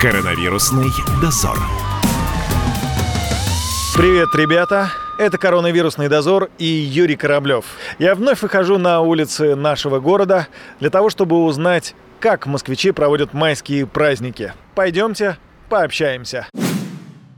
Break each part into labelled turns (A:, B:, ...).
A: Коронавирусный дозор.
B: Привет, ребята! Это «Коронавирусный дозор» и Юрий Кораблев. Я вновь выхожу на улицы нашего города для того, чтобы узнать, как москвичи проводят майские праздники. Пойдемте, пообщаемся.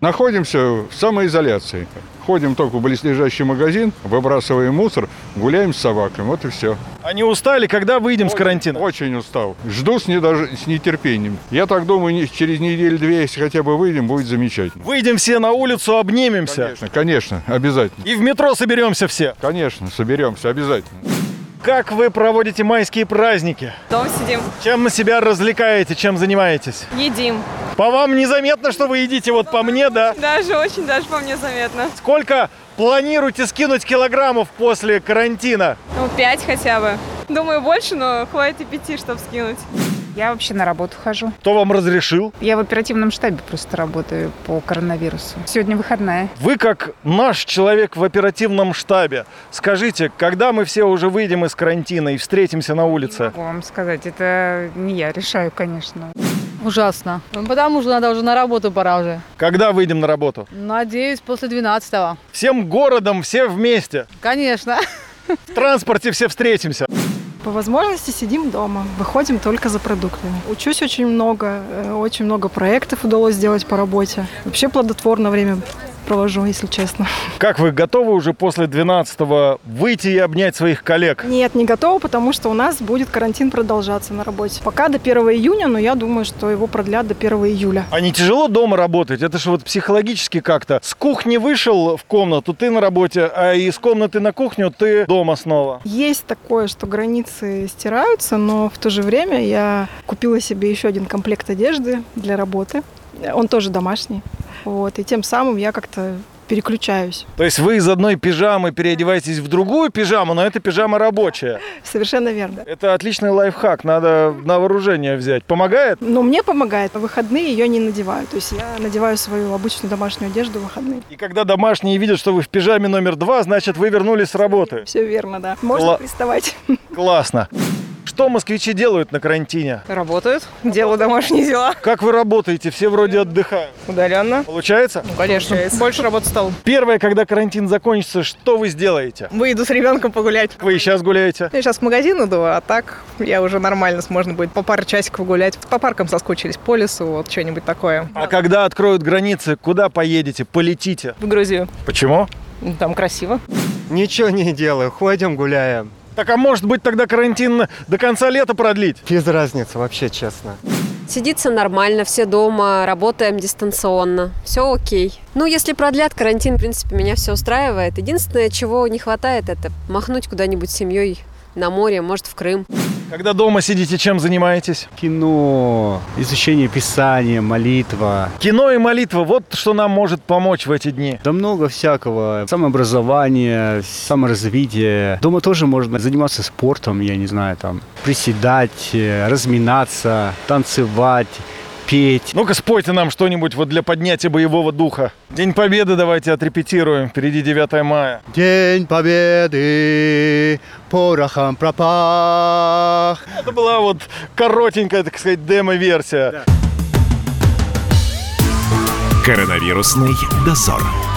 C: Находимся в самоизоляции. Ходим только в близлежащий магазин, выбрасываем мусор, гуляем с собаками. Вот и все.
B: Они устали, когда выйдем с карантина?
C: Очень устал. Жду с, недож- с нетерпением. Я так думаю, не- через неделю-две, если хотя бы выйдем, будет замечательно.
B: Выйдем все на улицу, обнимемся.
C: Конечно, конечно, обязательно.
B: И в метро соберемся все.
C: Конечно, соберемся, обязательно.
B: Как вы проводите майские праздники?
D: Дома сидим,
B: Чем на себя развлекаете, чем занимаетесь?
D: едим.
B: По вам незаметно, что вы едите, вот по мне, да?
D: Даже очень, даже по мне заметно.
B: Сколько планируете скинуть килограммов после карантина?
D: Ну, пять хотя бы. Думаю, больше, но хватит и пяти, чтобы скинуть.
E: Я вообще на работу хожу.
B: Кто вам разрешил?
E: Я в оперативном штабе просто работаю по коронавирусу. Сегодня выходная.
B: Вы как наш человек в оперативном штабе. Скажите, когда мы все уже выйдем из карантина и встретимся на улице?
E: Могу вам сказать, это не я решаю, конечно.
F: Ужасно. Ну, Потому что надо уже на работу пора уже.
B: Когда выйдем на работу?
F: Надеюсь, после 12-го.
B: Всем городом, все вместе.
F: Конечно.
B: В транспорте все встретимся.
G: По возможности сидим дома, выходим только за продуктами. Учусь очень много, э, очень много проектов удалось сделать по работе. Вообще плодотворно время провожу, если честно.
B: Как вы готовы уже после 12 выйти и обнять своих коллег?
G: Нет, не готова, потому что у нас будет карантин продолжаться на работе. Пока до 1 июня, но я думаю, что его продлят до 1 июля.
B: А не тяжело дома работать? Это же вот психологически как-то. С кухни вышел в комнату, ты на работе, а из комнаты на кухню ты дома снова.
G: Есть такое, что границы стираются, но в то же время я купила себе еще один комплект одежды для работы. Он тоже домашний. Вот, и тем самым я как-то переключаюсь.
B: То есть вы из одной пижамы переодеваетесь в другую пижаму, но это пижама рабочая.
G: Совершенно верно.
B: Это отличный лайфхак, надо на вооружение взять. Помогает?
G: Но мне помогает, в выходные ее не надеваю. То есть я надеваю свою обычную домашнюю одежду в выходные.
B: И когда домашние видят, что вы в пижаме номер два, значит, вы вернулись с работы.
G: Все верно, да. Можно
B: Ла-
G: приставать.
B: Классно. Что москвичи делают на карантине?
D: Работают, делаю домашние дела.
B: Как вы работаете? Все вроде отдыхают.
D: Удаленно. Ну,
B: Получается?
D: Конечно. Больше работы стало.
B: Первое, когда карантин закончится, что вы сделаете?
D: Выйду с ребенком погулять.
B: Вы и сейчас гуляете.
D: Я сейчас в магазин иду, а так я уже нормально можно будет по пару часиков гулять. По паркам соскучились, по лесу, вот что-нибудь такое.
B: А когда откроют границы, куда поедете? Полетите.
D: В Грузию.
B: Почему?
D: Там красиво.
H: Ничего не делаю, ходим гуляем.
B: Так а может быть тогда карантин до конца лета продлить?
H: Без разницы вообще, честно.
I: Сидится нормально, все дома, работаем дистанционно. Все окей. Ну, если продлят карантин, в принципе, меня все устраивает. Единственное, чего не хватает, это махнуть куда-нибудь с семьей на море, может, в Крым.
B: Когда дома сидите, чем занимаетесь?
J: Кино, изучение Писания, молитва.
B: Кино и молитва – вот что нам может помочь в эти дни.
J: Да много всякого. Самообразование, саморазвитие. Дома тоже можно заниматься спортом, я не знаю, там, приседать, э, разминаться, танцевать, петь.
B: Ну-ка спойте нам что-нибудь вот для поднятия боевого духа. День Победы давайте отрепетируем, впереди 9 мая.
J: День Победы порохом пропах.
B: Это была вот коротенькая, так сказать, демо-версия.
A: Коронавирусный дозор.